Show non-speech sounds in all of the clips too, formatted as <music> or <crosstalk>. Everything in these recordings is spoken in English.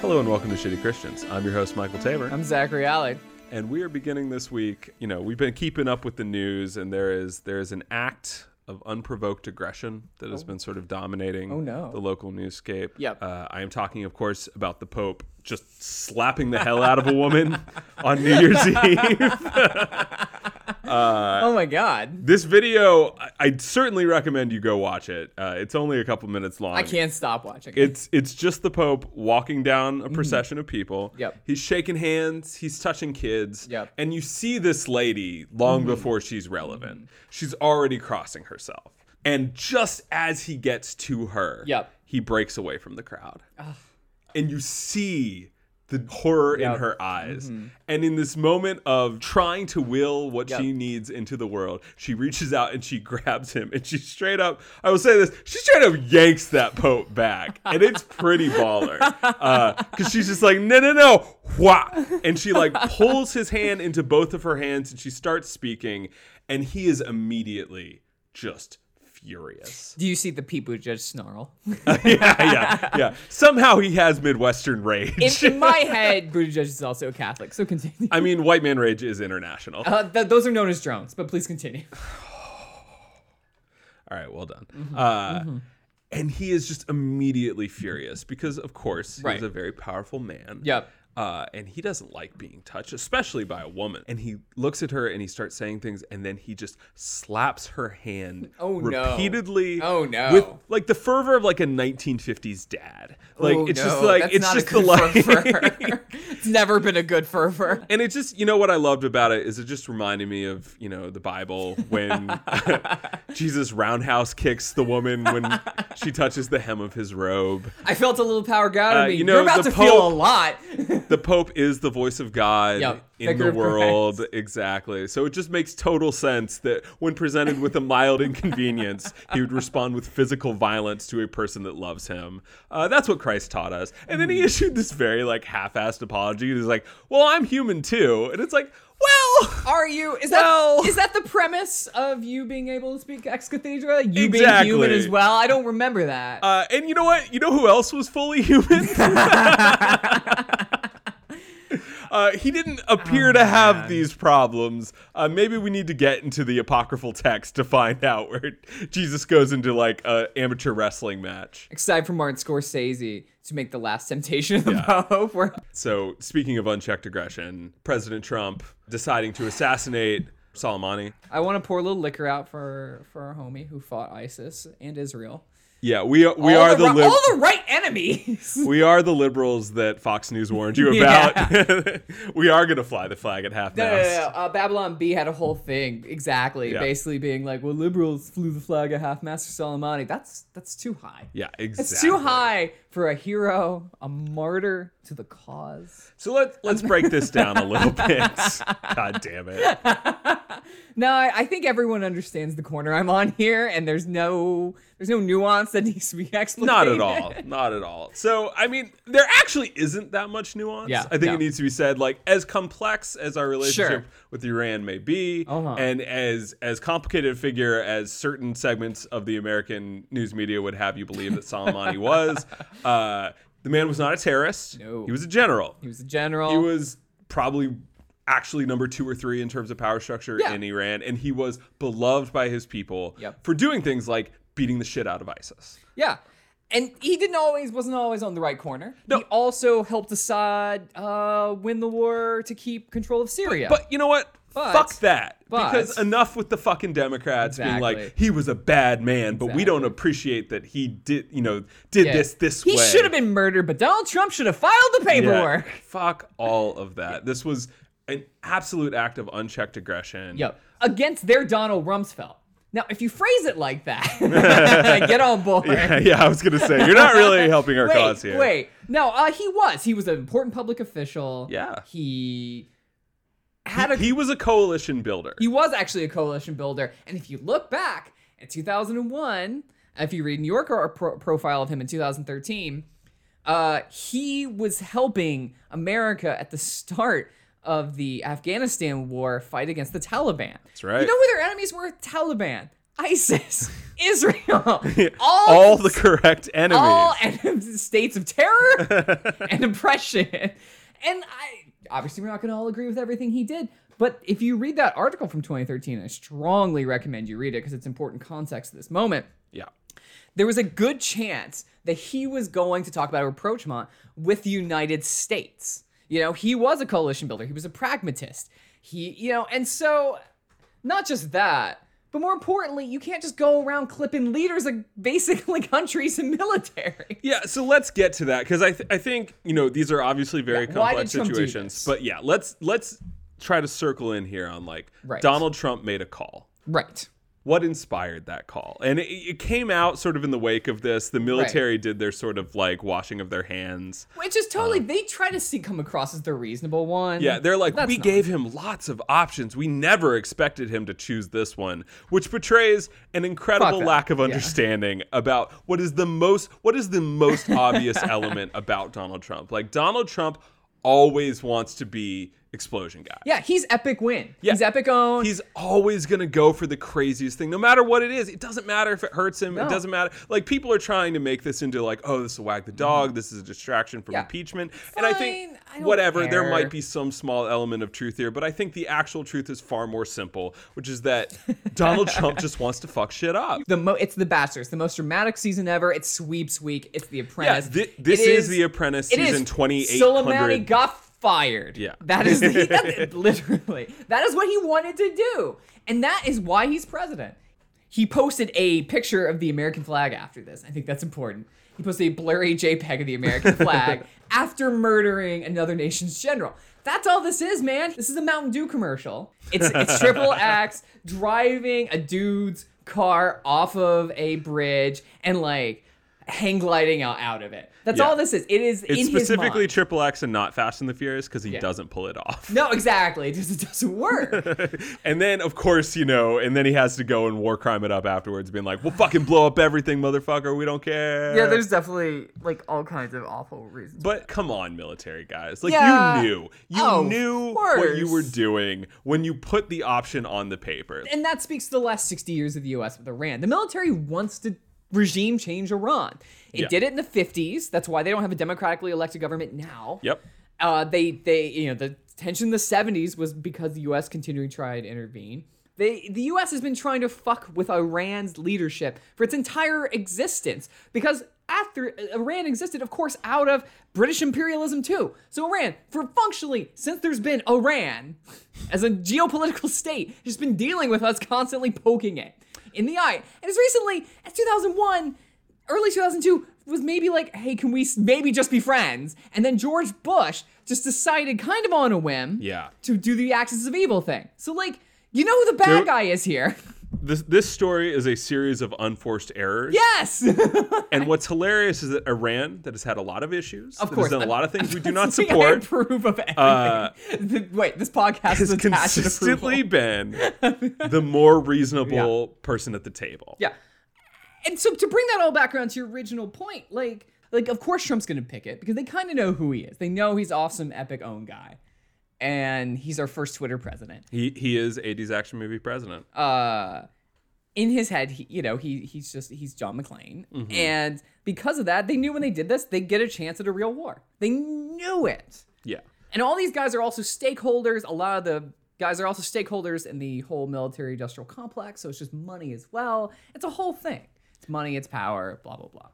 Hello and welcome to Shitty Christians. I'm your host, Michael Taylor. I'm Zachary Alley. and we are beginning this week. You know, we've been keeping up with the news, and there is there is an act of unprovoked aggression that has been sort of dominating Oh, no. the local newscape. Yep. Uh, I am talking, of course, about the Pope just slapping the hell out of a <laughs> woman on New Year's Eve. <laughs> Uh, oh my God. this video, I, I'd certainly recommend you go watch it. Uh, it's only a couple minutes long. I can't stop watching. it. It's it's just the Pope walking down a procession of people. Mm. Yep. He's shaking hands. He's touching kids. Yep. Mm-hmm. And you see this lady long before she's relevant. She's already crossing herself. And just as he gets to her, Yep. he breaks away from the crowd. And you see the horror in her eyes. Mm-hmm. And in this moment of trying to will what Yep. she needs into the world, she reaches out and she <laughs> grabs him and she straight up, I will say this, she straight up yanks that Pope back. And it's pretty baller. Because she's just like, no, no, no, wha. And she like pulls his hand into both of her hands and she starts speaking. And he is immediately just furious Do you see the people just <laughs> snarl? yeah, yeah, yeah. Somehow he has Midwestern In, rage. in my head, Buttigieg is also a Catholic. So continue. <laughs> I mean, white man rage is international. All Uh, th- those are known as drones, but please continue. right, well done. Mm-hmm. Uh, And he is just immediately furious because, of course, Right. he's a very powerful man. Yep. Uh, and he doesn't like being touched, especially by a woman. And he looks at her and he starts saying things, and then he just slaps her hand Oh, no. repeatedly. Oh, no. With like the fervor of like a 1950s dad. Like Oh, it's just no, like that's it's not just a good <laughs> the like fervor. <laughs> it's never been a good fervor. And it just, you know, what I loved about it is it just reminded me of, you know, the Bible when <laughs> Jesus roundhouse kicks the woman when she touches the hem of his robe. I felt a little power God in Uh, me. you know, You're about the to feel Pope- <laughs> a lot. The Pope is the voice of God Yep. in Vicar the of world. Exactly. So it just makes total sense that when presented with a mild inconvenience, he would respond with physical violence to a person that loves him. Uh, that's what Christ taught us. And then he issued this very, like, half assed apology. He's like, well, I'm human too. And it's like, well. Are you? Is that Well- is that the premise of you being able to speak ex cathedra? You being Exactly. human as well? I don't remember that. Uh, and you know what? You know who else was fully <laughs> <laughs> human? Uh, he didn't Oh, appear to have these problems. Uh, maybe we need to get into the apocryphal text to find <laughs> out where Jesus goes into like a amateur wrestling match. Aside from Martin Scorsese to make the last temptation of the Pope, where So, speaking of unchecked aggression, President Trump deciding to assassinate Soleimani. I want to pour a little liquor out for for our homie who fought ISIS and Israel. Yeah, we we all are the, ri- lib- all the right enemies. we are the liberals that Fox News warned you about. <laughs> we are gonna fly the flag at half <laughs> No, mast. no, no, no. Uh, Babylon B had a whole thing exactly, Yeah. basically being like, "Well, liberals flew the flag of half Master Soleimani. That's that's too high. Yeah, It's exactly. too high for a hero, a martyr to the cause." So let's let's break <laughs> this down a little bit. God damn it. No, I, I think everyone understands the corner I'm on here, and there's no there's no nuance that needs to be <laughs> explained. Not at all. Not at all. So I mean, there actually isn't that much nuance. Yeah, I think no. it needs to be said. Like as complex as our relationship Sure. with Iran may be, Uh-huh. and as as complicated a figure as certain segments of the American news media would have you believe that Soleimani <laughs> was, uh, the man was not a terrorist. No. He was a general. <laughs> He was a general. He was probably actually number two or three in terms of power structure Yeah. in Iran, and he was beloved by his people Yep. for doing things like beating the shit out of ISIS. Yeah. And he didn't always wasn't always on the right corner. He also helped Assad uh, win the war to keep control of Syria. But you know what? But- Fuck that. but- because enough with the fucking Democrats being like, Exactly. he was a bad man, but we don't appreciate that he did, you know, did Yeah. this this he way. should have been murdered, but Donald Trump should have filed the Yeah. paperwork. Fuck all of that. This was an absolute act of unchecked aggression. Yep. Against their Donald Rumsfeld. Now, if you phrase it like that, <laughs> get on <laughs> <laughs> board. yeah, I was gonna say you're not really helping our <laughs> wait, cause here. Wait, no, uh, he was. He was an important public official. Yeah. He had a he was a coalition builder. he was actually a coalition builder. And if you look back at 2001, if you read New Yorker pro- profile of him in 2013, uh, he was helping America at the start of the Afghanistan war fight against the Taliban. That's right. You know who their enemies were? Taliban. <laughs> ISIS, Israel, all, all the correct enemies. all and <laughs> states of terror and oppression. And I obviously we're not going to all agree with everything he did, but if you read that article from 2013, I strongly recommend you read it because it's important context to this moment. yeah. There was a good chance that he was going to talk about a rapprochement with the United States. You know, he was a coalition builder. He was a pragmatist. He, you know, and so not just that, but more importantly, you can't just go around clipping leaders of basically <laughs> countries and military. Yeah, so let's get to that because I, th- I think you know these are obviously very Yeah, why complex did Trump do situations, this? but yeah, let's let's try to circle in here on like Right. Donald Trump made a call. Right. What inspired that call? And it, it came out sort of in the wake of this. The military did their sort of like washing of their hands. Which is totally they try to see come across as the reasonable one. Uh-huh. Yeah, they're like, That's we not- gave him lots of options. We never expected him to choose this one, which betrays an incredible that. lack of Yeah. understanding about what is the most what is the most obvious element about Donald Trump. Like Donald Trump always wants to be explosion guy. Yeah, he's epic win. Yeah. He's epic own. He's always going to go for the craziest thing, no matter what it is. It doesn't matter if it hurts him. It No. doesn't matter. Like, people are trying to make this into, like, oh, this is wag the dog. This is a distraction from Mm-hmm. Yeah. impeachment. and I think, Fine, I don't whatever, there care. might be some small element of truth here, but I think the actual truth is far more simple, which is <laughs> that Donald Trump just wants to fuck shit up. the mo- it's the Bachelor. It's the most dramatic season ever. It's sweeps week. It's the Yeah, Apprentice. thi- this It is, The Apprentice it is season 2800. Soleimani got fired. Yeah. <laughs> that is the, <laughs> that- literally that is what he wanted to do, and that is why he's president. He posted a picture of the American flag after this. I think that's important. He posted a blurry JPEG of <laughs> the American flag after murdering another nation's general. That's all this is, man. This is a Mountain Dew commercial. It's <laughs> it's triple X driving a dude's car off of a bridge and like hang gliding out, out of it. That's Yeah. all this is. It is it's in his specifically mind. Triple X and not Fast and the Furious because he doesn't pull it off. No, exactly. It just it <laughs> doesn't work. And then, of course, you know, and then he has to go and war crime it up afterwards, being like, "We'll fucking blow up everything, motherfucker. We don't care." definitely like all kinds of awful reasons. But come on, military guys! Like Yeah. you knew, you Oh, of knew what you course. were doing when you put the option on the paper. And that speaks to the last 60 years of the US with Iran. The military wants to regime change Iran. It Yeah. did it in the 50s. That's why they don't have a democratically elected government now. Yep. Uh, they they you know the tension in the 70s was because the U.S. continued to try and intervene. They the U.S. has been trying to fuck with Iran's leadership for its entire existence because after uh, Iran existed, of course, out of British imperialism too. So Iran, for functionally since there's been Iran <laughs> as a geopolitical state, has just been dealing with us constantly poking it in the eye. And as recently as 2001 early 2002 was maybe like, hey, can we s- maybe just be friends? And then George Bush just decided, kind of on a whim, Yeah. to do the Axis of Evil thing. So like, you know who the bad There- guy is here? <laughs> This this story is a series of unforced errors. yes. And what's hilarious is that Iran, that has had a lot of issues, Of that course. has done a lot of things we <laughs> do not Something support, I approve of everything. Uh, <laughs> The- Wait, this podcast has is attached to approval. consistently <laughs> been the more reasonable person at the table. Yeah. And so to bring that all back around to your original point, like like of course Trump's gonna pick it because they kind of know who he is. They know he's awesome, epic own guy. And he's our first Twitter president. He he is 80s action movie president. uh in his head he, you know he he's just he's john mcclane and because of that they knew when they did this they get a chance at a real war they knew it yeah. and all these guys are also stakeholders a lot of the guys are also stakeholders in the whole military industrial complex so it's just money as well it's a whole thing it's money it's power blah blah blah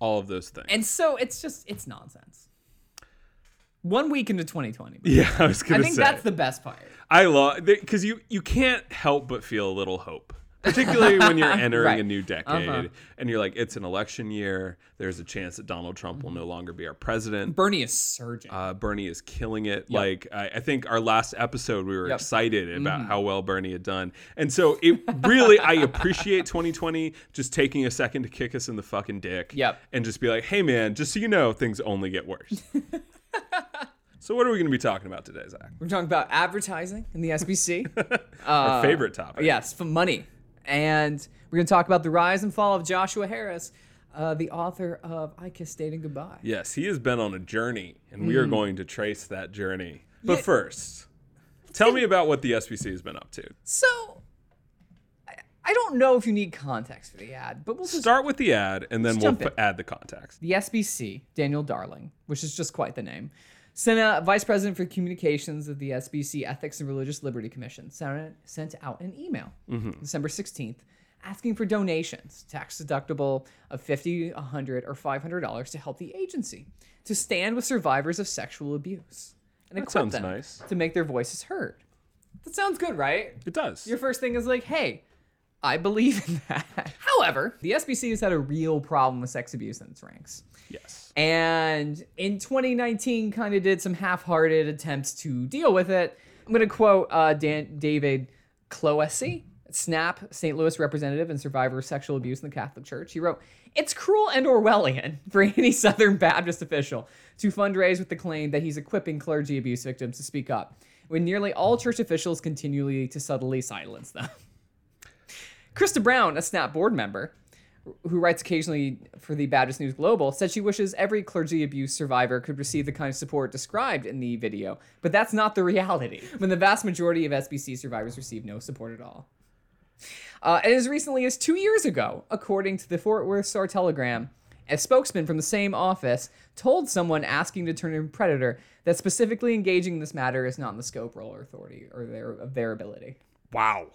all of those things. and so it's just it's nonsense one week into 2020 <laughs> yeah, I was i gonna think say. that's the best part I love because you you can't help but feel a little hope, particularly when you're entering <laughs> Right. Uh-huh. a new decade and you're like, it's an election year. There's a chance that Donald Trump will no longer be our president. bernie is surging Uh, Bernie is killing it. Like I, I think our last episode, we were Yep. Mm-hmm. excited about how well Bernie had done, and so it really I appreciate 2020 just taking a second to kick us in the fucking dick. Yep. And just be like, hey man, just so you know, things only get <laughs> worse. so what are we going to be talking about today, Zach? we're talking about advertising in the sbc Uh, Our favorite topic. Yes, for money. And we're going to talk about the rise and fall of Joshua Harris, uh, the author of I Kissed Dating Goodbye. Yes, he has been on a journey, and we are going to trace that journey. But Mm. Yeah. first, tell me about what the SBC has been up to. So I, I don't know if you need context for the ad, but we'll just Start with the ad, and then Just we'll jump put, in. add the context. the SBC, Daniel Darling, which is just quite the name. Sent a vice president for communications of the SBC Ethics and Religious Liberty Commission sent sent out an email Mm-hmm. December 16th asking for donations, tax deductible of 50, 100 or $500 to help the agency to stand with survivors of sexual abuse and equip sounds them nice. to make their voices heard. That sounds good, right? It does. your first thing is like, hey, I believe in that. <laughs> However, the SBC has had a real problem with sex abuse in its ranks. yes. And in 2019, kind of did some half hearted attempts to deal with it. I'm going to quote uh, Dan- David Cloessy, SNAP, St. Louis representative and survivor of sexual abuse in the Catholic Church. He wrote, It's cruel and Orwellian for any <laughs> Southern Baptist official to fundraise with the claim that he's equipping clergy abuse victims to speak up, when nearly all church officials continually to subtly silence them. Krista Brown, a SNAP board member, who writes occasionally for the Baptist News Global, said she wishes every clergy abuse survivor could receive the kind of support described in the video, but that's not the reality <laughs> when the vast majority of SBC survivors receive no support at all. Uh, and as recently as two years ago, according to the Fort Worth Star Telegram, a spokesman from the same office told someone asking to turn in predator that specifically engaging in this matter is not in the scope, role, or authority or their, of their ability. Wow.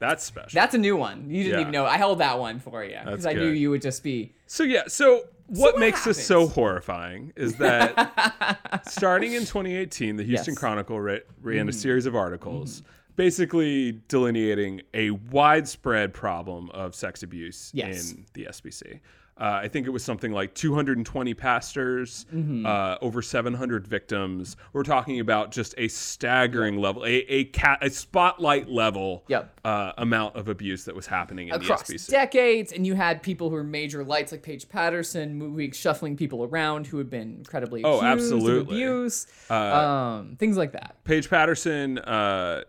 That's special. That's a new one. You didn't Yeah. even know. I held that one for you because I knew good. you would just be So yeah, so what what makes this so happens? horrifying is that <laughs> starting in 2018, the Houston Yes. Mm-hmm. Chronicle ra- ran a series of articles basically delineating a widespread problem of sex abuse Yes. in the SBC. Uh, I think it was something like 220 pastors, Mm-hmm. uh, over 700 victims. We're talking about just a staggering level, a a, cat, a spotlight level Yep. uh, amount of abuse that was happening in across the SBC. decades, and you had people who were major lights like Paige Patterson, moving shuffling people around who had been incredibly Oh, accused of absolutely. Uh, abuse, um, things like that. Paige Patterson, uh,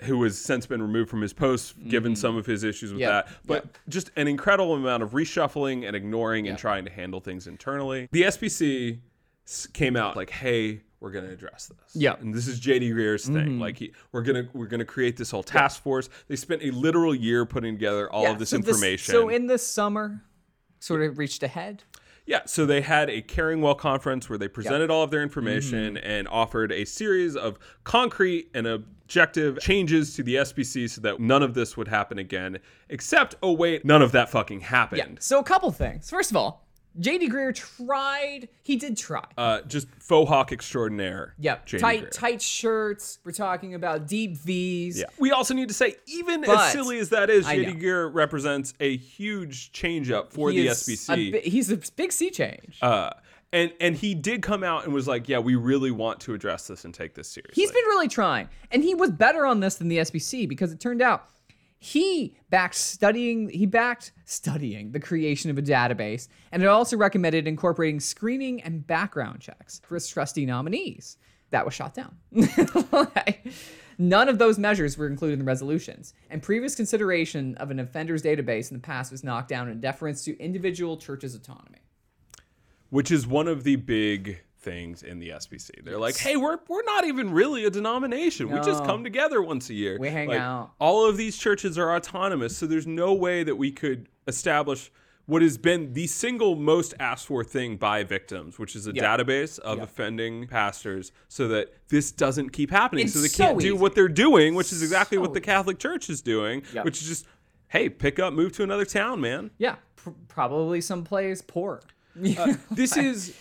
who has since been removed from his post, given Mm-hmm. some of his issues with Yep. that, but just an incredible amount of reshuffling and ignoring and trying to handle things internally. The SBC s- came out like, "Hey, we're going to address this." Yep. and this is JD Greer's thing. Mm-hmm. Like, he, we're gonna we're gonna create this whole task force. They spent a literal year putting together all Yeah, of this so information. so in the summer, sort of reached ahead. Yeah, so they had a Caring Well conference where they presented all of their information Mm-hmm. and offered a series of concrete and objective changes to the SBC so that none of this would happen again. Except, oh wait, none of that fucking happened. So a couple things. First of all, J.D. Greer tried. He did try. Uh, just faux hawk extraordinaire. yep. Jane tight Greer. tight shirts. We're talking about deep V's. Yeah. We also need to say, even But- as silly as that is, I J.D. know. Greer represents a huge change up for He the is SBC. a bi- he's a big sea change. uh, and and he did come out and was like, yeah, we really want to address this and take this seriously. He's been really trying. And he was better on this than the SBC because it turned out he backed studying he backed studying the creation of a database and it also recommended incorporating screening and background checks for its trustee nominees. That was shot down. <laughs> Like, None of those measures were included in the resolutions, and previous consideration of an offender's database in the past was knocked down in deference to individual churches' autonomy. which is one of the big things in the SBC. They're like, hey, we're we're not even really a denomination. We just No. come together once a year. We hang Like, out. All of these churches are autonomous, so there's no way that we could establish what has been the single most asked for thing by victims, which is a database of offending pastors, so that this doesn't keep happening. It's so they so can't do easy. what they're doing, which is exactly what So the Catholic Church is doing, Yep. which is just, hey, pick up, move to another town, man. Yeah, pr- probably someplace poor. <laughs> This is,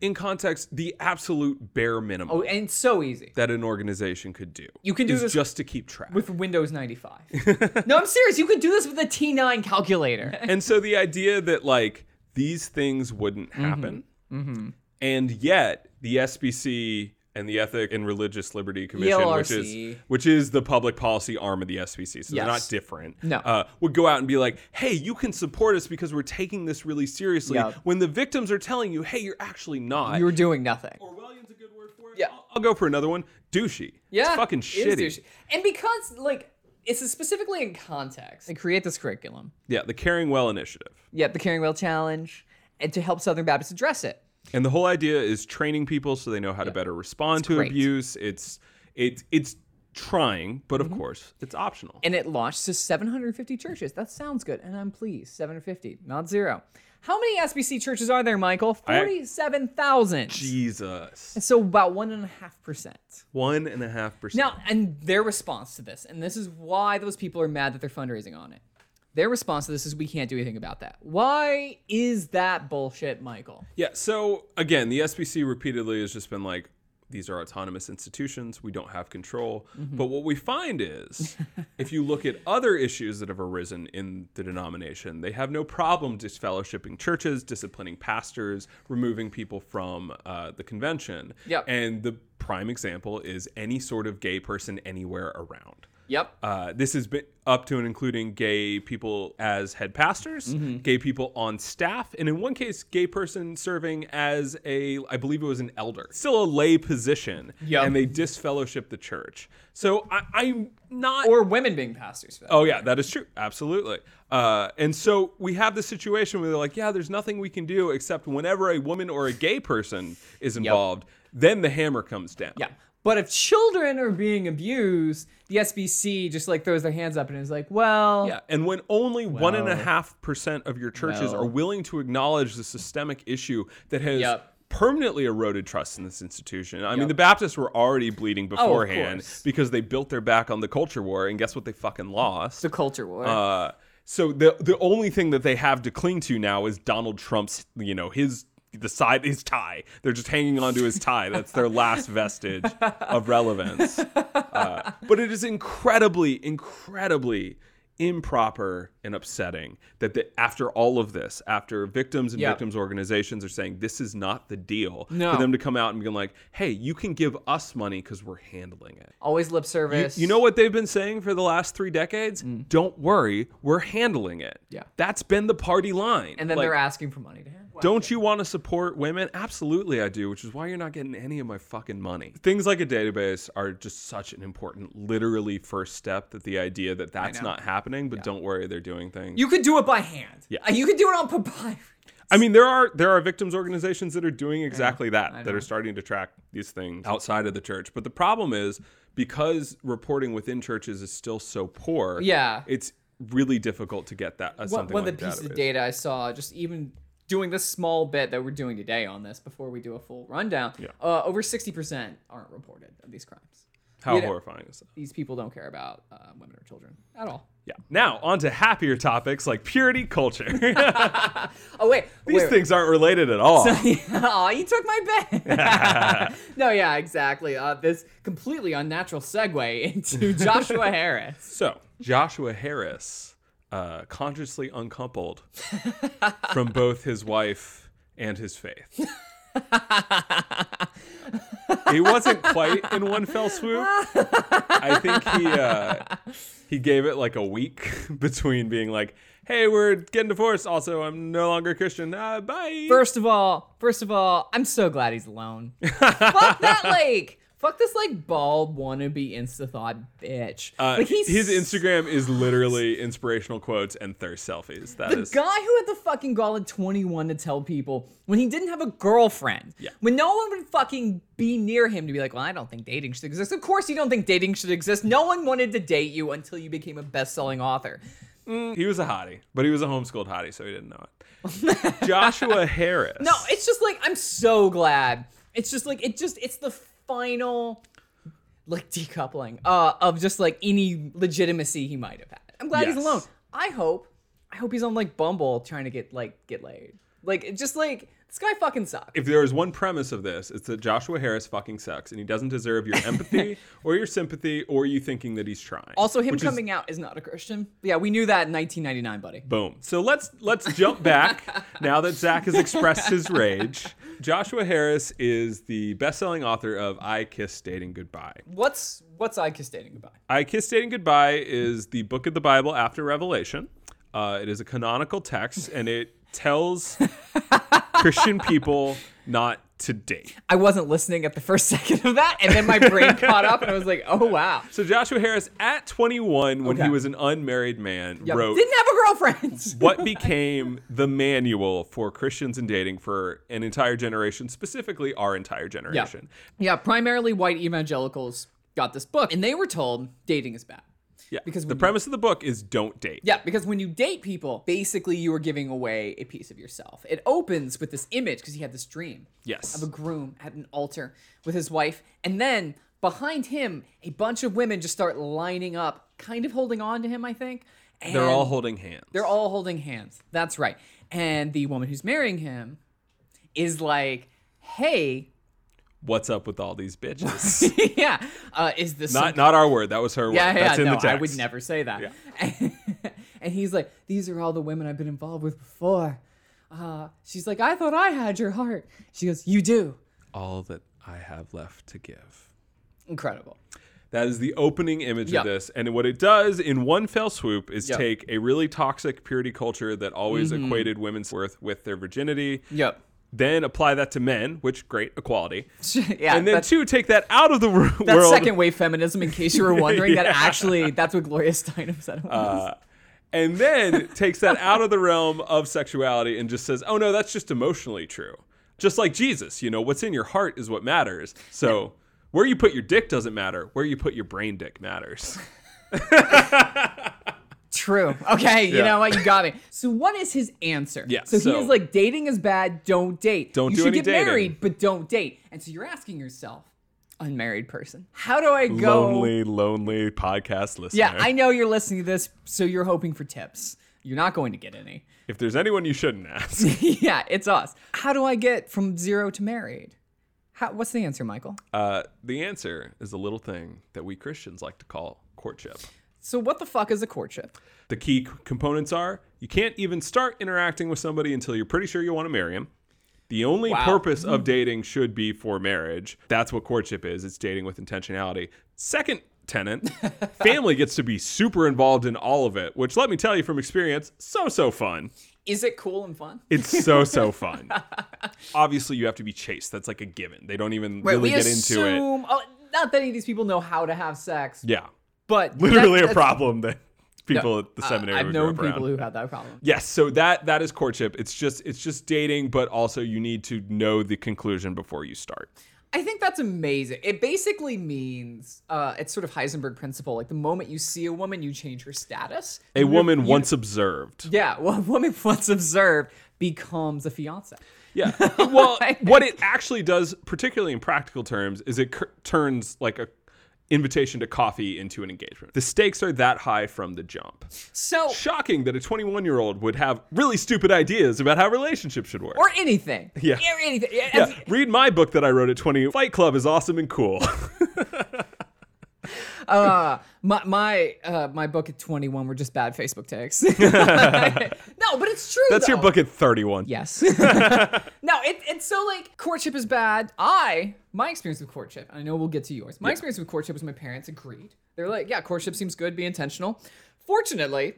in context, the absolute bare minimum. oh, and it's so easy. that an organization could do. You can do is this- just to keep track. with Windows <laughs> 95. no, I'm serious. You could do this with a T9 calculator. and so the idea that like these things wouldn't Mm-hmm. happen, and yet the SBC and the Ethic and Religious Liberty Commission, which is ELRC. which is the public policy arm of the SBC, so they're not Yes. different. No. uh, would go out and be like, "Hey, you can support us because we're taking this really seriously." Yeah. When the victims are telling you, "Hey, you're actually not." <laughs> You were doing nothing. Orwellian's a good word for it. Yeah. I'll, I'll go for another one. Douchey. Yeah. It's fucking it is shitty. douchey. And because, like, it's specifically in context. They create this curriculum. yeah, the Caring Well initiative. Yep, the Caring Well Challenge, and to help Southern Baptists address it. And the whole idea is training people so they know how to better respond to great. abuse. It's it's it's trying, but of course, it's optional. Mm-hmm. and it launched to 750 churches. That sounds good, and I'm pleased. 750, not zero. How many SBC churches are there, Michael? I- 47,000. Jesus. So about one and a half percent. One and a half percent. Now, and their response to this, and this is why those people are mad that they're fundraising on it. Their response to this is we can't do anything about that. Why is that bullshit, Michael? Yeah. So again, the SBC repeatedly has just been like, these are autonomous institutions. We don't have control. But what we find is, if you look at other issues that have arisen in the denomination, they have no problem disfellowshipping churches, disciplining pastors, removing people from uh, the convention. Yep. And the prime example is any sort of gay person anywhere around. Yep. Uh, this has been up to and including gay people as head pastors, Mm-hmm. gay people on staff, and in one case, gay person serving as a, I believe it was an elder, still a lay position. Yeah. And they disfellowship the church. So I, I'm not. Or women being pastors. For that. Oh yeah, that is true. Absolutely. Uh, and so we have this situation where they're like, yeah, there's nothing we can do except whenever a woman or a gay person is involved, then the hammer comes down. Yeah. But if children are being abused, the SBC just like throws their hands up and is like, well, Yeah, and when only one and a half percent of your churches Well. are willing to acknowledge the systemic issue that has Yep. permanently eroded trust in this institution. I mean, the Baptists were already bleeding beforehand Oh, course. because they built their back on the culture war, and guess what? They fucking lost. the culture war. Uh, so the the only thing that they have to cling to now is Donald Trump's, you know, his the side his tie. They're just hanging on to his tie. That's their last vestige of relevance. Uh, but it is incredibly, incredibly improper and upsetting that the, after all of this, after victims and Yep. victims organizations are saying this is not the deal, No. for them to come out and be like, "Hey, you can give us money because we're handling it." Always lip service. You know what they've been saying for the last three decades? Don't worry, we're handling it. Mm. Yeah. That's been the party line. And then Like, they're asking for money to him. Don't you want to support women? Absolutely, I do, which is why you're not getting any of my fucking money. Things like a database are just such an important, literally first step that the idea that that's not happening, but don't worry, they're doing things. You could do it by hand. Yeah. Uh, You could do it on papyrus. I mean, there are there are victims organizations that are doing exactly that, that are starting to track these things outside of the church. But the problem is because reporting within churches is still so poor. Yeah. it's really difficult to get that uh, One, something one like of the pieces of database. data I saw, just even doing this small bit that we're doing today on this before we do a full rundown, uh, over 60% aren't reported of these crimes. How you know- horrifying is that? These people don't care about uh, women or children at all. Yeah. Now on to happier topics like purity <laughs> culture. These Oh, wait. wait, things aren't related at all. <laughs> Aw, you took my <laughs> bet. no, yeah, exactly. Uh, this completely unnatural segue <laughs> into <laughs> Joshua Harris. So Joshua Harris, uh, consciously uncoupled from both his wife and his faith. he wasn't quite in one fell swoop. I think he uh, he gave it like a week <laughs> between being like, "Hey, we're getting divorced. Also, I'm no longer Christian. Uh, bye." First of all, first of all, I'm so glad he's alone. Fuck that like. Fuck this like bald wannabe insta thought bitch. Uh, like he's his Instagram is literally inspirational quotes and thirst selfies. That is. The guy who had the fucking gall at 21 to tell people when he didn't have a girlfriend, Yeah. when no one would fucking be near him to be like, well, I don't think dating should exist. Of course, you don't think dating should exist. No one wanted to date you until you became a best selling author. He was a hottie, but he was a homeschooled hottie, so he didn't know <laughs> it. Joshua Harris. No, it's just like, I'm so glad. It's just like, it just, it's the final, like, decoupling uh, of just like any legitimacy he might have had. I'm glad he's Yes. alone. I hope, I hope he's on like Bumble trying to get, like, get laid. Like, it just like, this guy fucking sucks. if there is one premise of this, it's that Joshua Harris fucking sucks, and he doesn't deserve your <laughs> empathy or your sympathy or you thinking that he's trying. Also, him which is- coming out is not a Christian. Yeah, we knew that in 1999, buddy. Boom. So let's let's jump <laughs> back now that Zach has expressed his rage. Joshua Harris is the best-selling author of "I Kiss Dating Goodbye." What's what's I kiss dating goodbye? I Kiss Dating Goodbye is the book of the Bible after Revelation. Uh, it is a canonical text, and it <laughs> tells Christian people not to date. I wasn't listening at the first <laughs> second of that, and then my <laughs> brain caught up, and I was like, oh wow. So Joshua Harris, at 21, when Okay. he was an unmarried man, Yeah, wrote Didn't have a <laughs> girlfriend. what became the manual for Christians and dating for an entire generation, specifically our entire generation. yeah, primarily white evangelicals got this book, and they were told dating is bad. Yeah. Because Because the when- premise of the book is don't date. Yeah, because when you date people, basically you are giving away a piece of yourself. It opens with this image because he had this dream Yes. of a groom at an altar with his wife, and then behind him, a bunch of women just start lining up, kind of holding on to him, I think. And They're all holding hands. they're all holding hands. That's right. And the woman who's marrying him is like, "Hey, <laughs> What's up with all these bitches? yeah, uh, is this some not not our word. That was her word. Yeah, yeah, That's in no, the text. I would never say that. <laughs> and he's like, these are all the women I've been involved with before. Uh, she's like, I thought I had your heart. She goes, you do. All that I have left to give. Incredible. <laughs> That is the opening image Yeah. of this. And what it does in one fell swoop is Yeah. take a really toxic purity culture that always equated women's worth with their virginity, Mm-hmm. Yep. then apply that to men, which great equality. yeah. And then that's, two, take that out of the <laughs> wor- that's world. second wave feminism, in case <laughs> you were wondering. That actually, that's what Gloria Steinem said. it was. uh, and <laughs> then takes that out of the realm of sexuality and just says, "Oh no, that's just emotionally true." Just like Jesus, you know, what's in your heart is what matters. So, where you put your dick doesn't matter. Where you put your brain dick matters. True. Okay. You Yeah. know what? You got me. So, what is his answer? Yeah, So, so- he is like, dating is bad. Don't date. Don't you do should any get dating. married, but don't date. And so, you're asking yourself, unmarried person, how do I go? lonely podcast listener. Yeah, I know you're listening to this, so you're hoping for tips. You're not going to get any. <laughs> if there's anyone you shouldn't ask, yeah, it's us. How do I get from zero to married? How, what's the answer, Michael? uh, the answer is a little thing that we Christians like to call courtship. So, what the fuck is a courtship? The key c- components are you can't even start interacting with somebody until you're pretty sure you want to marry him. The only Wow. purpose of dating should be for marriage. That's what courtship is. It's dating with intentionality. Second <laughs> tenant, family gets to be super involved in all of it, which let me tell you from experience, so so fun. Is it cool and fun? It's so <laughs> so fun. Obviously, you have to be chased. That's like a given. They don't even really we get into it. assume, Oh, not that any of these people know how to have sex, Yeah. but Literally that- a that's- problem that people at the I- seminary I've would known grope around. people who had that problem. Yes, so that that is courtship. It's just it's just dating, but also you need to know the conclusion before you start. I think that's amazing. It basically means uh, it's sort of Heisenberg principle. Like the moment you see a woman, you change her status. A woman once observed. Yeah, <laughs> well, a woman once observed becomes a fiance. Yeah. <laughs> Oh Well, what it actually does, particularly in practical terms, is it cur- turns like a invitation to coffee into an engagement. The stakes are that high from the jump. So, Shocking that a 21-year-old would have really stupid ideas about how relationships should work. or anything. Yeah. Or anything. Yeah, yeah, as- read my book that I wrote at 20. Fight Club is awesome and cool. <laughs> Uh, my my uh, my book at 21 were just bad <laughs> Facebook takes. <laughs> no, but it's true. That's your though. book at 31. <laughs> Yes. no, it, it's so like courtship is bad. I, my experience with courtship, I know we'll get to yours. My experience with courtship was my parents agreed. They're like, yeah, courtship seems good, be intentional. Fortunately,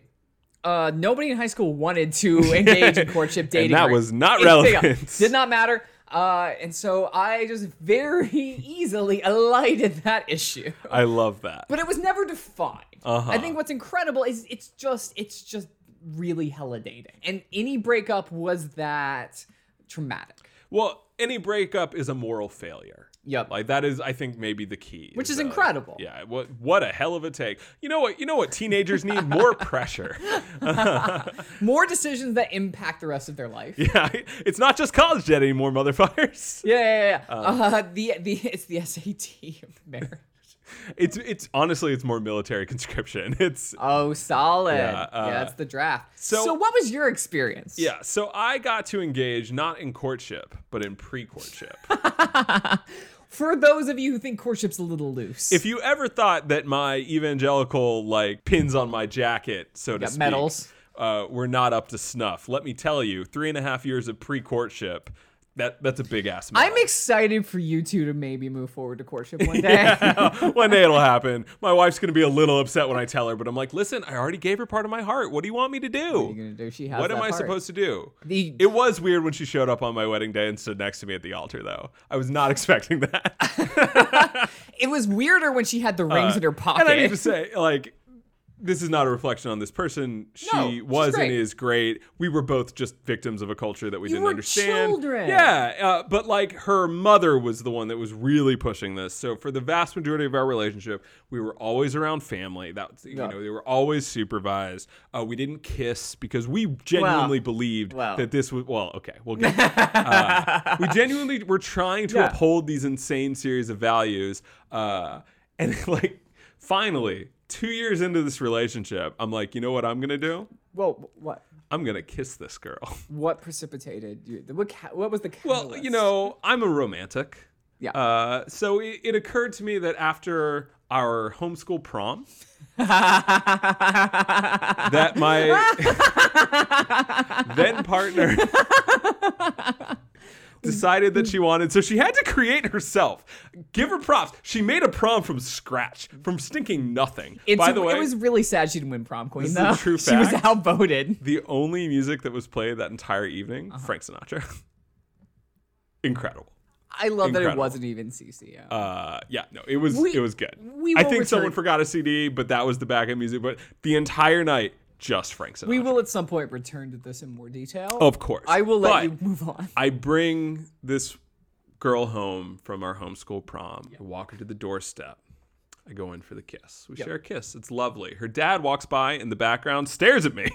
uh, nobody in high school <laughs> wanted to engage in courtship dating. that or was not anything else. relevant. Did not matter. Uh, and so I just very <laughs> easily elided that issue I love that. but it was never defined. Uh-huh. I think what's incredible is it's just it's just really hella dating. And any breakup was that traumatic, Well, any breakup is a moral failure. Yep. Like that is I think maybe the key. which is that- incredible. Yeah, what what a hell of a take. You know what you know what teenagers <laughs> need? More pressure. <laughs> More decisions that impact the rest of their life. Yeah, Yeah. It's not just college debt anymore, motherfuckers. <laughs> yeah, yeah. yeah. uh, the the it's the SAT of marriage. It's it's honestly it's more military <laughs> conscription. It's Oh, solid. Yeah, Yeah, uh, it's the draft. So, so- what was your experience? yeah, so I got to engage not in courtship, but in pre-courtship. For those of you who think courtship's a little loose, if you ever thought that my evangelical like pins on my jacket, so to Yeah, speak, medals. uh, were not up to snuff, let me tell you, three and a half years of pre-courtship, that that's a big ass. medal. I'm excited for you two to maybe move forward to courtship <laughs> one day. <laughs> One day it'll happen. My wife's gonna be a little upset when I tell her, but I'm like, listen, I already gave her part of my heart. What do you want me to What are you do? gonna do? She has What am that I part. supposed to do? The- It was weird when she showed up on my wedding day and stood next to me at the altar, though. I was not <laughs> expecting that. Uh, It was weirder when she had the rings in her pocket. and I need to say, like, this is not a reflection on this person. She No, she's was great. and is great. We were both just victims of a culture that we You didn't were understand. children. Yeah, uh, but like her mother was the one that was really pushing this. So for the vast majority of our relationship, we were always around family. That was- you Yeah. know, they were always supervised. Uh, we didn't kiss because we genuinely believed well. that this was well. Okay, we'll get. uh, <laughs> we genuinely were trying to Yeah. uphold these insane series of values, uh, and <laughs> like finally. Two years into this relationship, I'm like, you know what I'm gonna do? Well, what I'm gonna kiss this girl. <laughs> what precipitated you? What, ca- what was the catalyst? Well, you know, I'm a romantic. Yeah. Uh, so it, it occurred to me that after our homeschool prom, that <laughs> my then partner decided that she wanted, so she had to create herself. Give her props. She made a prom from scratch, from stinking nothing. <laughs> It's, By the way, it was really sad she didn't win prom queen. This is a though. true <laughs> she was fact. outvoted. the only music that was played that entire evening, Uh-huh. Frank Sinatra. <laughs> Incredible. I love that it Incredible. wasn't even CCO. Uh, yeah, no, it was We- it was good. we I will think someone return- forgot a CD, but that was the backup music. But the entire night, just Frank Sinatra. we will at some point return to this in more detail. of course. I will let Oh, But you move on. <laughs> I bring this girl home from our homeschool prom. I walk her to the doorstep. I go in for the kiss. We share a kiss. It's lovely. Her dad walks by in the background, stares at <laughs> me.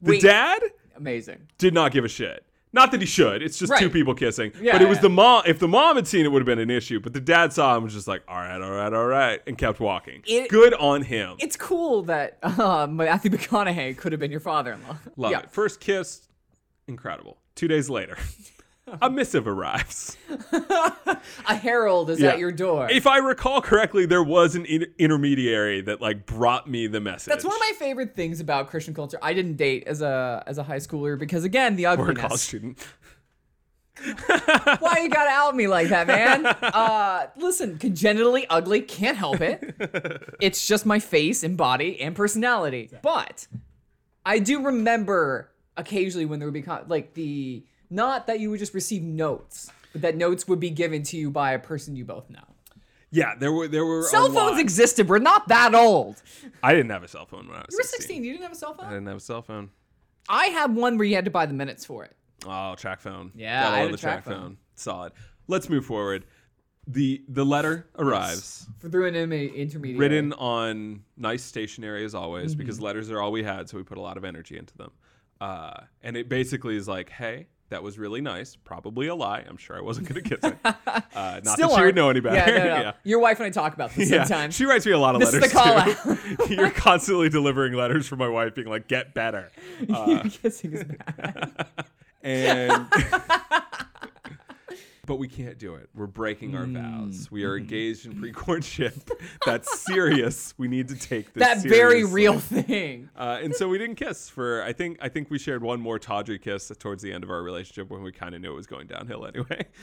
the Wait. dad Amazing. did not give a shit. Not that he should. It's just Right. two people kissing. Yeah, but it was yeah. the mom. If the mom had seen it, would have been an issue. But the dad saw him and was just like, "All right, all right, all right," and kept walking. It- Good on him. It's cool that <laughs> uh, Matthew McConaughey could have been your father-in-law. Love yeah. it. First kiss, incredible. Two days <laughs> later, a missive arrives. A herald is Yeah. at your door. If I recall correctly, there was an in- intermediary that like brought me the message. That's <laughs> one of my favorite things about Christian culture. I didn't date as a as a high schooler because again the Or a <laughs> college ugliness. student. Why you gotta out me like <laughs> that, man? Uh, listen, congenitally ugly, can't <laughs> help it. It's just my face and body and personality. But I do remember occasionally when there would be con- like the not that you would just receive notes, but that notes would be given to you by a person you both know. Yeah, there were there were Cell a phones lot. existed. We're not that old. I didn't have a cell phone when I was You were 16. You didn't have a cell I phone. didn't have a cell phone. I had one where you had to buy the minutes for it. Oh, track phone. Yeah, Gotta I love had a the track track, phone. phone. Solid. Let's move forward. The the letter arrives, through an interme- intermediary. written on nice stationery as always, Mm-hmm. because letters are all we had, so we put a lot of energy into them. Uh, and it basically is like, hey, that was really nice. Probably a lie. I'm sure I wasn't gonna kiss <laughs> it. Uh, not that Still she aren't. would know any better. Yeah, <laughs> no, no. Your wife and I talk about this Yeah. sometimes. <laughs> She writes me a lot of This letters is the call too. <laughs> You're constantly delivering letters from my wife, being like, "Get better." kissing is bad. <laughs> and but we can't do it. We're breaking our Mm. vows. We are Mm-hmm. engaged in pre-courtship. That's serious. We need to take this That very <laughs> seriously. real thing. Uh, and so we didn't kiss for I think I think we shared one more tawdry kiss towards the end of our relationship when we kind of knew it was going downhill anyway. <laughs>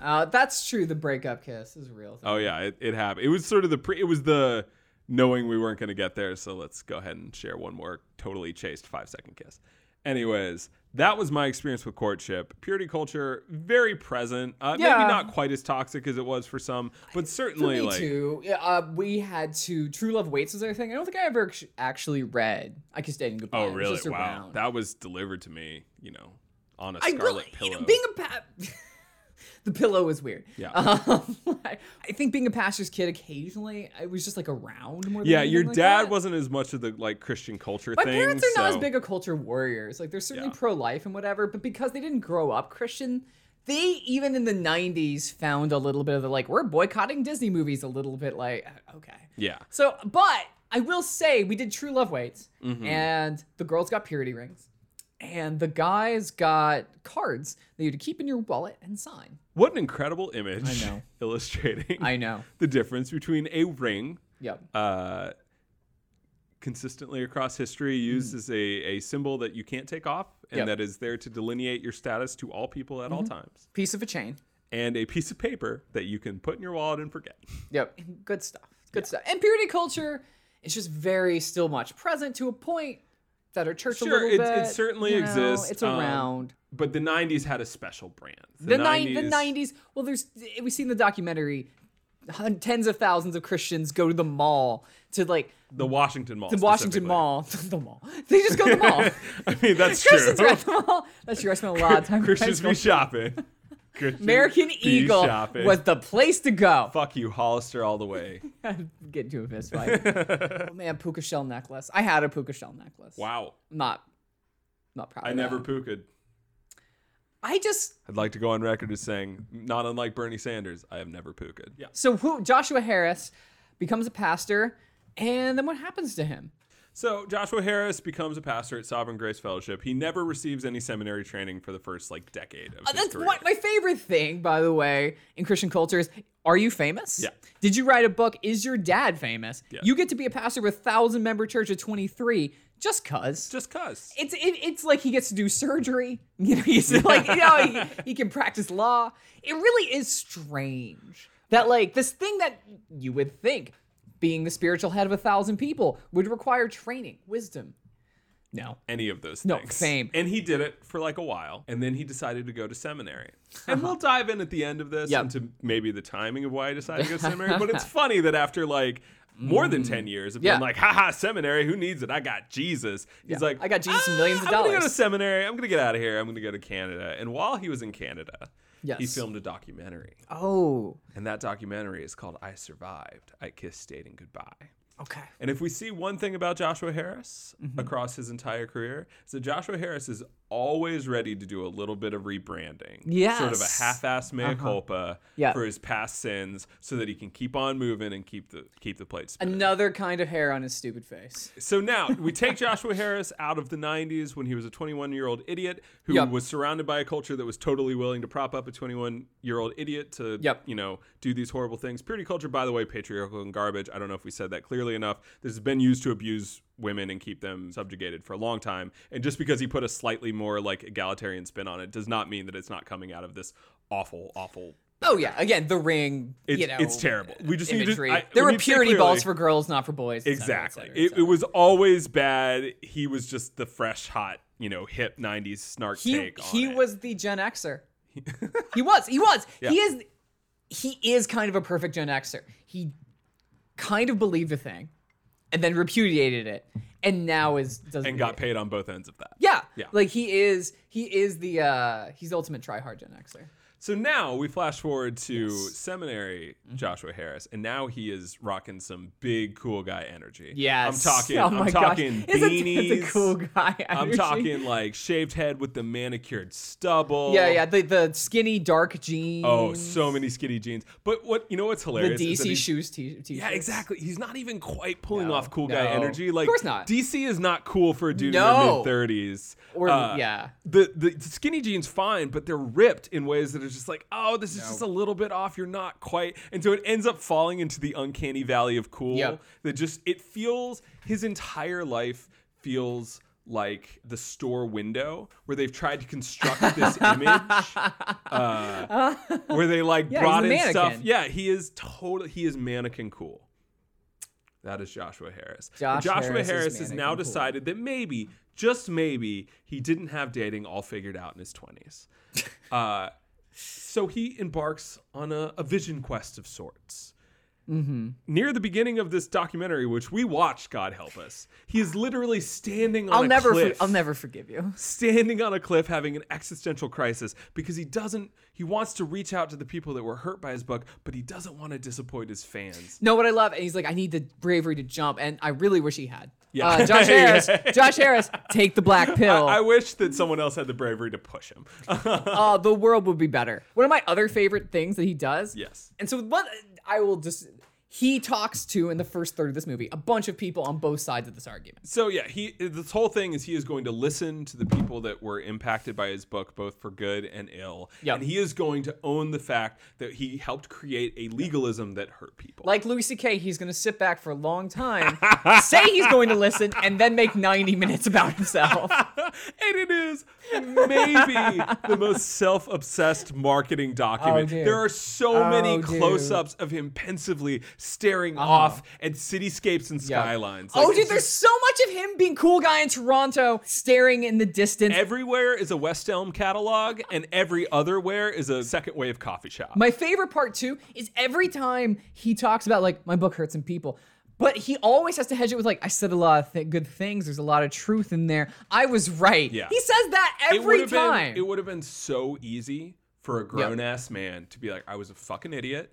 Uh, that's true. The breakup kiss is a real. Thing. oh yeah, it, it happened. It was sort of the pre. It was the knowing we weren't going to get there. So let's go ahead and share one more totally chaste five second kiss. Anyways, that was my experience with courtship. Purity culture very present. Uh, Yeah. Maybe not quite as toxic as it was for some, but For certainly me like too. yeah, Uh, we had to. True love waits was our thing. I don't think I ever actu- actually read. I kissed dating goodbye. oh It was really just wow around. that was delivered to me. You know, on a I scarlet really pillow. You know, being a pa- <laughs> the pillow was weird. Yeah. Um, <laughs> I, I think being a pastor's kid occasionally, I was just like around more. Than yeah, your anything like dad that. wasn't as much of the like Christian culture My thing. parents are not as so- big a culture warriors. Like they're certainly Yeah. pro life and whatever, but because they didn't grow up Christian, they even in the '90s found a little bit of the like we're boycotting Disney movies a little bit. Like uh, okay, <laughs> Yeah. so but I will say we did True Love Waits, Mm-hmm. and the girls got purity rings, and the guys got cards that you had to keep in your wallet and sign. <laughs> What an incredible image I know. <laughs> illustrating I know. <laughs> the difference between a ring Yep. uh, consistently across history used as a, a symbol that you can't take off and Mm-hmm. Yep. Mm-hmm. that is there to delineate your status to all people at all times Piece of a chain. and a piece of paper that you can put in your wallet and forget Yep. Good stuff. Good stuff. And purity culture is just very still much present to a point that our church a Sure, little it- bit. it certainly you know, exists, It's um, around. but the 90s had a special brand the, ni- the 90s. Well, there's we see in the documentary hun- tens of thousands of Christians go to the mall to like the Washington Mall. The Washington specifically. Mall. <laughs> the mall. They just go to the mall. <laughs> I mean, that's true. Christian's got the mall. That's true. I spent a lot of time. in <laughs> high Christians be school. shopping. Christians <laughs> American be Eagle shopping. was the place to go. <laughs> Fuck you, Hollister, all the way. Get into a <laughs> fist fight. oh, man, puka shell necklace. I had a puka shell necklace. Wow. I'm not, I'm not proud. I of never That. pookaed. I just I'd like to go on record as saying, not unlike Bernie Sanders, I have never pookaed. Yeah. so who Joshua Harris becomes a pastor, and then what happens to him? So Joshua Harris becomes a pastor at Sovereign Grace Fellowship. He never receives any seminary training for the first like decade of Uh, his That's career. one, my favorite thing, by the way, in Christian culture is are you famous? Yeah. Did you write a book? Is your dad famous? Yeah. You get to be a pastor with a thousand member church at 23 just cuz. Just cuz. it's it, it's like he gets to do surgery. <laughs> You know, he's like you <laughs> know he, he can practice law. It really is strange that like this thing that you would think being the spiritual head of a thousand people would require training, wisdom. No, Any of those No, things. same. And he did it for like a while. And then he decided to go to seminary. And we'll dive in at the end of this Uh-huh. Yep. into maybe the timing of why I decided <laughs> to go to seminary. But it's funny that after like more than 10 years of Mm. Yeah. being like, haha, seminary, who needs it? I got Jesus. He's Yeah. like, I got Jesus and "Ah, millions of I'm gonna go to dollars." seminary. I'm going to get out of here. I'm going to go to Canada. And while he was in Canada, he Yes. filmed a documentary. Oh, And that documentary is called I Survived. I kissed dating goodbye. okay. And if we see one thing about Joshua Harris Mm-hmm. across his entire career, is that Joshua Harris is always ready to do a little bit of rebranding. Sort of a Yes. Uh-huh. half assed mea culpa Yeah. for his past sins so that he can keep on moving and keep the keep the plate spinning. Another kind of hair on his stupid face. So now we take Joshua Harris out of the 90s when he was a 21 year old idiot who Yep. was surrounded by a culture that was totally willing to prop up a 21 year old idiot to, Yep. you know, do these horrible things. Purity culture, by the way, patriarchal and garbage. I don't know if we said that clearly enough. This has been used to abuse women and keep them subjugated for a long time. And just because he put a slightly more like egalitarian spin on it does not mean that it's not coming out of this awful, awful. Oh yeah, again the ring. It's, you know, it's terrible. We just need to. imagery. I- we there were need to say purity balls clearly- for girls, not for boys. et cetera, et Exactly. cetera, et It, it cetera. was always bad. He was just the fresh, hot, you know, hip '90s snark he take. On he it. was the Gen Xer. <laughs> he was. He was. Yeah. He is. He is kind of a perfect Gen Xer. He kind of believed a thing, and then repudiated it, and now is doesn't. and got paid on both ends of that. Yeah. Yeah. Like he is. He is the. uh He's the ultimate tryhard Gen Xer. So now we flash forward to seminary Mm-hmm. Joshua Harris, and now he is rocking some big cool guy energy. I'm Yes. talking. Oh I'm my talking gosh. Isn't beanies. that the cool guy? I'm energy? talking like shaved head with the manicured stubble. Yeah, yeah. The the skinny dark jeans. Oh, so many skinny jeans. But what you know? What's the hilarious? is that DC he's- shoes t- t-shirt. Yeah, exactly. He's not even quite pulling No, off cool guy no. energy. Of Like, course not. DC is not cool for a dude in their No. mid thirties. Or Uh, yeah. The the skinny jeans fine, but they're ripped in ways that are just like, oh, this is just a little bit off. You're not quite, and so it ends up falling into the uncanny valley of cool. Yep. That just it feels his entire life feels like the store window where they've tried to construct this <laughs> image uh, where they like Yeah, he's brought a in stuff mannequin. yeah, he is total. He is mannequin cool. That is Joshua Harris. Josh And Joshua Harris Harris, is has mannequin now cool. decided that maybe, just maybe, he didn't have dating all figured out in his <laughs> twenties. uh, so he embarks on a, a vision quest of sorts. Mm-hmm. Near the beginning of this documentary, which we watched, God help us, he is literally standing on I'll a never. For, cliff I'll never forgive you. standing on a cliff having an existential crisis because he doesn't he wants to reach out to the people that were hurt by his book but he doesn't want to disappoint his fans No, what I love, and he's like, I need the bravery to jump, and I really wish he Yeah. had. Yeah. <laughs> Uh, Josh Yeah. Harris, Josh Harris, take the black pill. I wish that someone else had the bravery to push him. <laughs> uh, the world would be better. One of my other favorite things that he does. Yes. And so what I will just he talks to in the first third of this movie a bunch of people on both sides of this argument. so yeah, he this whole thing is he is going to listen to the people that were impacted by his book, both for good and ill. Yep. And he is going to own the fact that he helped create a legalism that hurt people. Like Louis C.K., he's going to sit back for a <laughs> long time, say he's going to listen, and then make 90 minutes <laughs> about himself. and it is maybe the most self-obsessed marketing document. Oh, dude. there are so Oh, many dude. Uh-huh. close-ups of him pensively staring off at cityscapes and skylines. oh, Like, dude, there's so much of him being cool guy in Toronto, staring in the distance, everywhere is a West Elm catalog, and every otherwhere is a second wave coffee shop. My favorite part too is every time he talks about like my book hurts some people. But he always has to hedge it with like, I said a lot of th- good things. There's a lot of truth in there. I was right. Yeah. He says that every would've time. Been, it would have been so easy for a grown ass man to be like, I was a fucking idiot.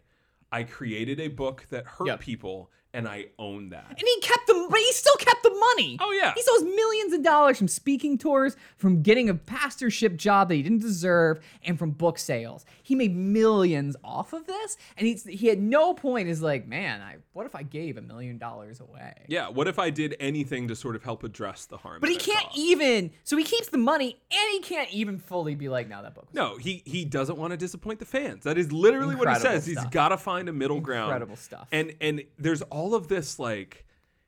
I created a book that hurt Yep. people, and I own that. and he kept the, but he still kept the money. Oh, yeah. He still has millions of dollars from speaking tours, from getting a pastorship job that he didn't deserve, and from book sales. He made millions off of this, and he's, he at no point is like, man, I what if I gave a million dollars away? Yeah. What if I did anything to sort of help address the harm? But he that I can't caused? even. So he keeps the money, and he can't even fully be like, "No, that book." Was No, he he doesn't want to disappoint the fans. That is literally what he Incredible says. He's stuff. got to find a middle ground. Incredible stuff. And and there's all of this like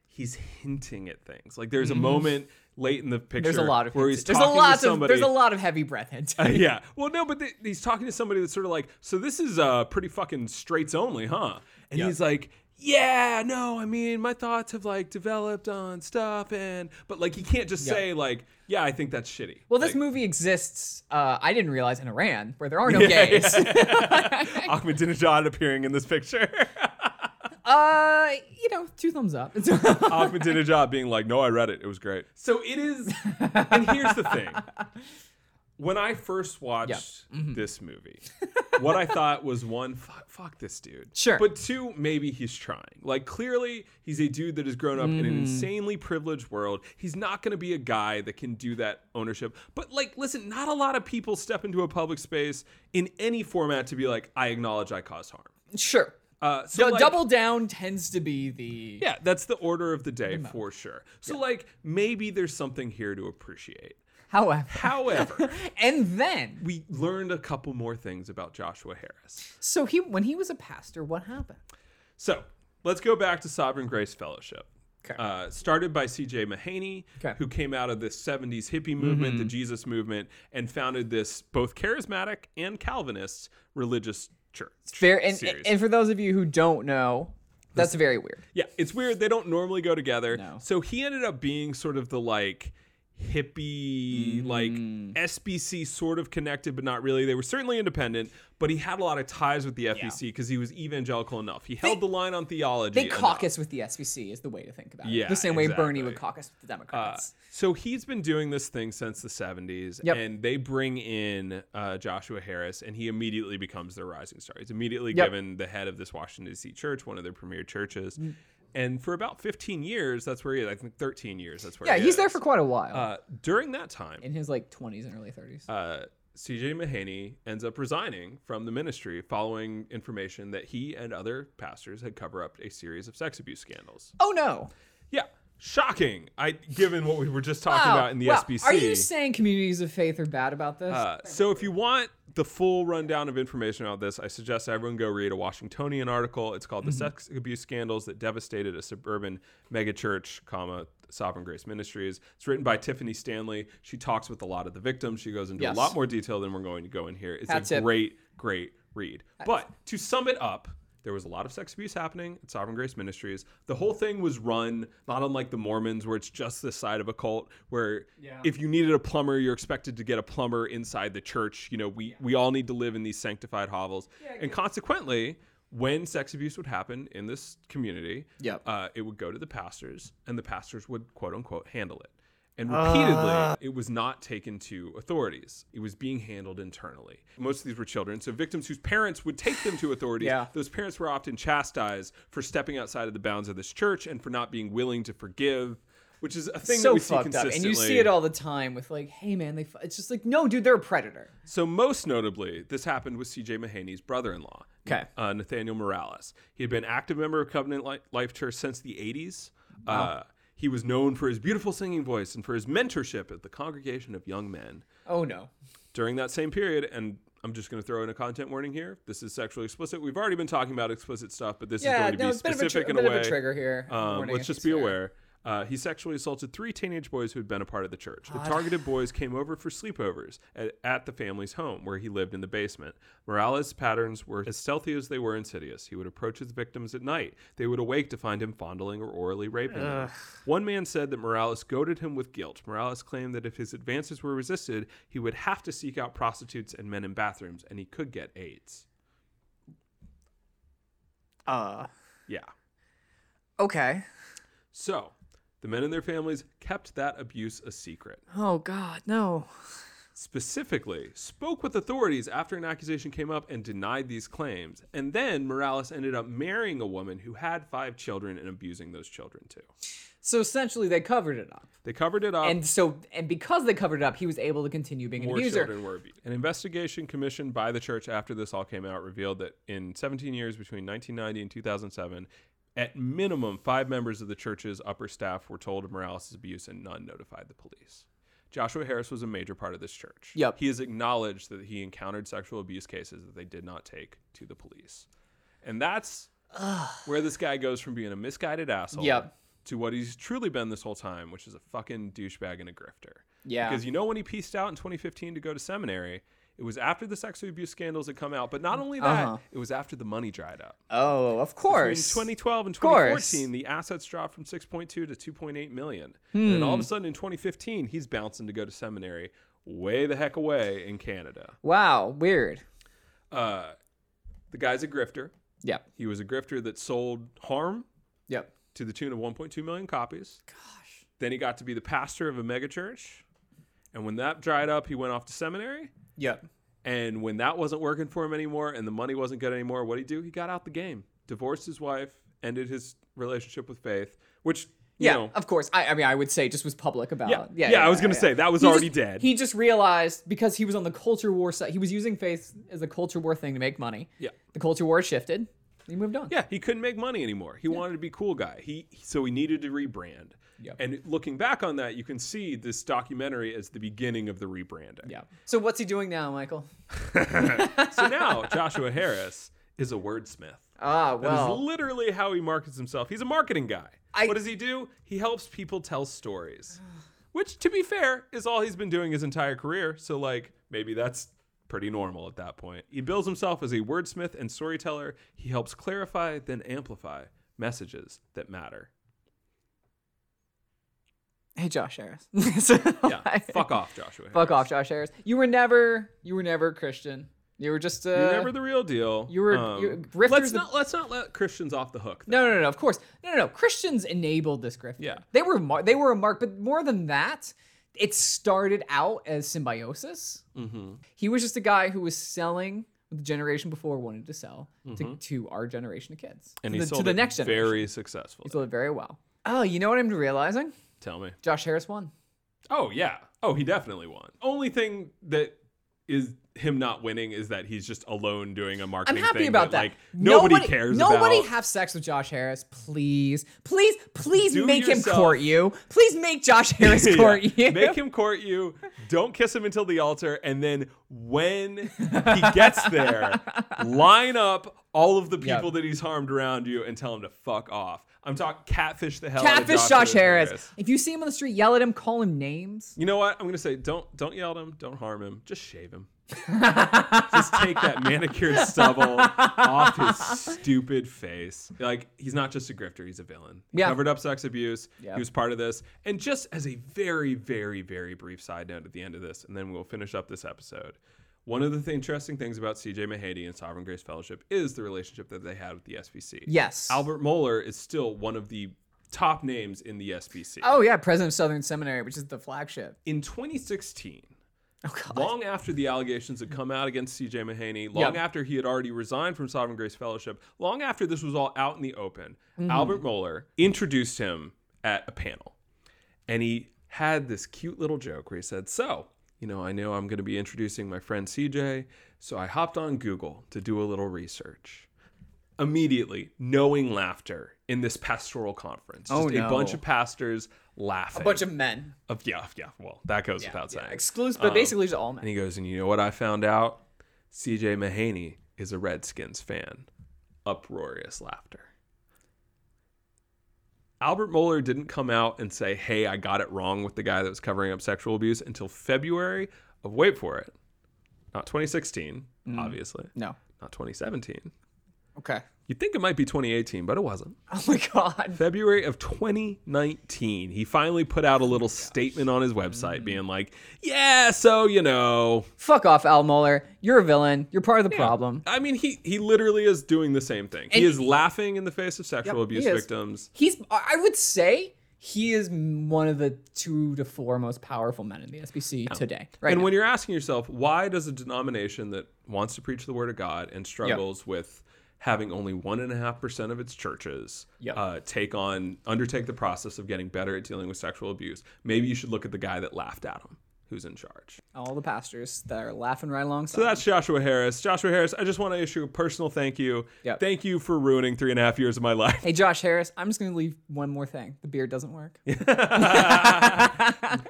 he's hinting at things. Like there's a moment late in the picture Mm-hmm. there's a lot of. where hints. he's there's a talking lot to somebody. <laughs> of. There's a lot of heavy breath hints. yeah. Well, no, but th- he's talking to somebody that's sort of like, so this is uh, pretty fucking straights only, huh? And Yeah. he's like, yeah, no, I mean, my thoughts have like developed on stuff, and but like he can't just Yeah. say like, yeah, I think that's shitty. Well, this like, movie exists. Uh, I didn't realize in Iran, where there are no <laughs> Yeah, gays. <laughs> Ahmadinejad appearing in this <laughs> picture. uh, you know, two thumbs up. <laughs> Ahmadinejad being like, no, I read it. It was great. So it is. and here's the thing. When I first watched this movie, what I thought was one, fuck, fuck this dude. Sure. But two, maybe he's trying. Like, clearly, he's a dude that has grown up in an insanely privileged world. He's not going to be a guy that can do that ownership. But, like, listen, not a lot of people step into a public space in any format to be like, I acknowledge I caused harm. sure. Uh, so So like- double down tends to be the. yeah, that's the order of the day for sure. So like maybe there's something here to <laughs> appreciate. However. However, And then, we learned a couple more things about Joshua Harris. so he when he was a pastor, what happened? So let's go back to Sovereign Grace Fellowship. Okay. Uh, started by C.J. Mahaney, Okay. Mm-hmm. who came out of this 70s hippie movement, the Jesus movement, and founded this both charismatic and Calvinist religious church. Fair and, Series. and for those of you who don't know, that's very weird. Yeah, it's weird. They don't normally go together. No. So he ended up being sort of the like hippie, like Mm. SBC sort of connected, but not really. They were certainly independent, but he had a lot of ties with the FBC because he was evangelical enough. He held the line on theology. They enough. caucus with the SVC is the way to think about Yeah, it. The same way Bernie would exactly. Uh, caucus with the Democrats. So he's been doing this thing since the 70s, Yep. and they bring in uh, Joshua Harris, and he immediately becomes their rising star. He's immediately Yep. given the head of this Washington, D.C. church, one of their premier churches. Mm. And for about 15 years, that's where he is. I think 13 years, that's where yeah, he he's there is. for quite a while. Uh, during that time, in his like 20s and early 30s. uh, CJ Mahaney ends up resigning from the ministry following information that he and other pastors had cover up a series of sex abuse scandals. oh no. Yeah, shocking. I given what we were just talking Wow. about in the Wow. SBC. Oh, Are you saying communities of faith are bad about this? Uh, so if you want the full rundown of information about this, I suggest everyone go read a Washingtonian article. It's called "The Sex Abuse Scandals That Devastated a Suburban Megachurch, comma Sovereign Grace Ministries." It's written by Tiffany Stanley. She talks with a lot of the victims. She goes into Yes. a lot more detail than we're going to go in here. It's Hat a tip. great, great read. But to sum it up. There was a lot of sex abuse happening at Sovereign Grace Ministries. The whole thing was run not unlike the Mormons, where it's just this side of a cult, where Yeah. if you needed a plumber, you're expected to get a plumber inside the church. You know, we we all need to live in these sanctified hovels, and consequently, when sex abuse would happen in this community, Yep. uh, it would go to the pastors, and the pastors would quote unquote handle it. And repeatedly, Ah. it was not taken to authorities. It was being handled internally. Most of these were children, so victims whose parents would take them to authorities. Yeah. Those parents were often chastised for stepping outside of the bounds of this church and for not being willing to forgive, which is a thing that so we see fucked up, consistently. and you see it all the time with like, hey man, they. F-. It's just like, no, dude, they're a predator. So most notably, this happened with C.J. Mahaney's brother-in-law, Okay. uh, Nathaniel Morales. He had been active member of Covenant Li- Life Church since the 80s. Uh, he was known for his beautiful singing voice and for his mentorship at the Congregation of Young Men. Oh no. During that same period, and I'm just going to throw in a content warning here. This is sexually explicit. We've already been talking about explicit stuff, but this Yeah, is going to no, be it's a bit of a, tr- specific a, in bit a way. of a trigger here. Um, Warning, let's I just guess, be yeah. aware. Uh, he sexually assaulted three teenage boys who had been a part of the church. The targeted boys came over for sleepovers at, at the family's home, where he lived in the basement. Morales' patterns were as stealthy as they were insidious. He would approach his victims at night. They would awake to find him fondling or orally raping them. One man said that Morales goaded him with guilt. Morales claimed that if his advances were resisted, he would have to seek out prostitutes and men in bathrooms, and he could get AIDS. Uh, Yeah. Okay. So the men and their families kept that abuse a secret. Oh God, no. Specifically, spoke with authorities after an accusation came up and denied these claims. And then Morales ended up marrying a woman who had five children and abusing those children too. So essentially, they covered it up, They covered it up. and so and because they covered it up, he was able to continue being an Uh, more abuser. children were abused. An investigation commissioned by the church after this all came out revealed that in 17 years between 1990 and 2007, at minimum, five members of the church's upper staff were told of Morales' abuse and none notified the police. Joshua Harris was a major part of this church. Yep. He has acknowledged that he encountered sexual abuse cases that they did not take to the police. And that's where this guy goes from being a misguided asshole Yep. to what he's truly been this whole time, which is a fucking douchebag and a grifter. Yeah. Because you know when he pieced out in 2015 to go to seminary, it was after the sexual abuse scandals had come out, but not only that, Uh-huh. it was after the money dried up. Oh, of In course. 2012 and course. 2014, the assets dropped from 6.2 to 2.8 million. And then all of Hmm. a sudden in 2015, he's bouncing to go to seminary way the heck away in Canada. wow, weird. Uh, the guy's a grifter. Yep. He was a grifter that sold harm Yep. to the tune of 1.2 million copies. Gosh. Then he got to be the pastor of a megachurch. And when that dried up, he went off to seminary. Yep. And when that wasn't working for him anymore and the money wasn't good anymore, what would he do? He got out the game, divorced his wife, ended his relationship with Faith, which, you Yeah, know, of course. I, I mean, I would say just was public about. yeah, it. yeah, I was going to yeah. say that was He already just- dead. He just realized because he was on the culture war side, he was using faith as a culture war thing to make money. Yeah. The culture war shifted. He moved on. yeah, he couldn't make money anymore. He wanted to be cool guy. He so he needed to rebrand. Yep. And looking back on that, you can see this documentary as the beginning of the rebranding. Yeah. So what's he doing now, Michael? So now Joshua Harris is a wordsmith. Ah, That is well, literally how he markets himself. He's a marketing guy. I- what does he do? He helps people tell stories, which, to be fair, is all he's been doing his entire career. So, like, maybe that's pretty normal at that point. He bills himself as a wordsmith and storyteller. He helps clarify, then amplify messages that matter. hey Josh Harris. <laughs> So- Yeah, fuck off, Joshua. Fuck off, Josh Harris. You were never, you were never Christian. You were just. Uh, You're never the real deal. Um, you were- you- grifters let's the- not let's not let Christians off the hook. though. No, no, no, no. Of course, no, no, no. Christians enabled this grift. Yeah. they were mar- they were a mark, but more than that, it started out as symbiosis. Mm-hmm. He was just a guy who was selling what the generation before wanted to sell to, to our generation of kids, Mm-hmm. and to, he the, sold to the it next generation. very successful. He sold it very well. Oh, you know what I'm realizing? Tell me. Josh Harris won. Oh yeah. Oh, he definitely won. Only thing that is him not winning is that he's just alone doing a I'm marketing. happy thing about that. Like nobody, Nobody- cares. Nobody about. have sex with Josh Harris, please, please, please Do make him yourself- court you. Please make Josh <laughs> Harris Yeah. court you. Make him court you. Don't kiss him until the altar, and then when he gets <laughs> there, line up all of the Yeah. people that he's harmed around you and tell him to fuck off. I'm talking catfish the hell. out of Catfish Josh Harris. Harris. If you see him on the street, yell at him, call him names. You know what? I'm gonna say don't don't yell at him, don't harm him, just shave <laughs> him. just take that manicured stubble off his stupid face. Like he's not just a grifter, he's a villain. He Yeah. covered up sex abuse. Yeah. He was part of this. And just as a very, very, very brief side note at the end of this, and then we'll finish up this episode. One of the th- interesting things about CJ Mahady and Sovereign Grace Fellowship is the relationship that they had with the SBC. Yes. Albert Moeller is still one of the top names in the SBC. Oh yeah, president of Southern Seminary, which is the flagship. In 2016, Oh god. long after the allegations had come out against CJ Mahaney, long Yep. after he had already resigned from Sovereign Grace Fellowship, long after this was all out in the open, Mm-hmm. Albert Moeller introduced him at a panel. And he had this cute little joke where he said, So, you know, I know I'm going to be introducing my friend CJ, so I hopped on Google to do a little research. Immediately, knowing laughter in this pastoral conference. Oh, Just a no. bunch of pastors laughing. A bunch of men. of, yeah, yeah, well, that goes without saying. Exclusive, but basically just all And men. he goes, and you know what I found out? CJ Mahaney is a Redskins fan. Uproarious laughter. Albert Moeller didn't come out and say, hey, I got it wrong with the guy that was covering up sexual abuse until February of, wait for it, not 2016, obviously, No. not 2017, Okay. <laughs> You'd think it might be 2018, but it wasn't. Oh my god. <laughs> February of 2019, he finally put out a little statement on his website being like, yeah, so, you know. Fuck off, Al Mohler. You're a villain. You're part of the problem. I mean, he, he literally is doing the same thing. he And- is laughing in the face of sexual Yep, abuse he is. victims. He's. I I would say he is m- one of the two to four most powerful men in the SBC today. Right. and now. when you're asking yourself, why does a denomination that wants to preach the word of God and struggles with having only one and a half percent of its churches Yep. uh, take on undertake the process of getting better at dealing with sexual abuse? Maybe you should look at the guy that laughed at him, who's in charge. all the pastors that are laughing right alongside. So that's Joshua Harris. Joshua Harris, I just want to issue a personal thank you. Yep. Thank you for ruining three and a half years of my <laughs> life. Hey, Josh Harris, I'm just going to leave one more thing. The beard doesn't work.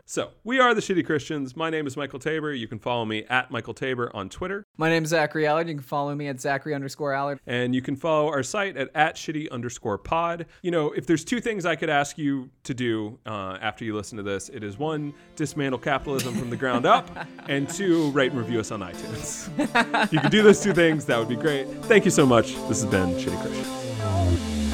So we are the Shitty Christians. My name is Michael Tabor. You can follow me at Michael Tabor on Twitter. My name's Zachary Allard. You can follow me at Zachary underscore Allard. And you can follow our site at, at shitty underscore pod. You know, if there's two things I could ask you to do uh, after you listen to this, it is one, dismantle capitalism from the ground up, and two, rate and review us on iTunes. If you could do those two things, that would be great. Thank you so much. This has been Shitty Christians.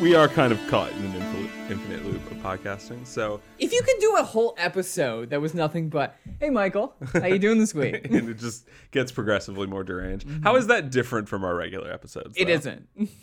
We are kind of caught in an infinite, infinite loop of podcasting. So <laughs> If you could do a whole episode that was nothing but, hey, Michael, how you doing <laughs> this week? and it just gets progressively more deranged. How is that different from our regular episodes? It though? isn't.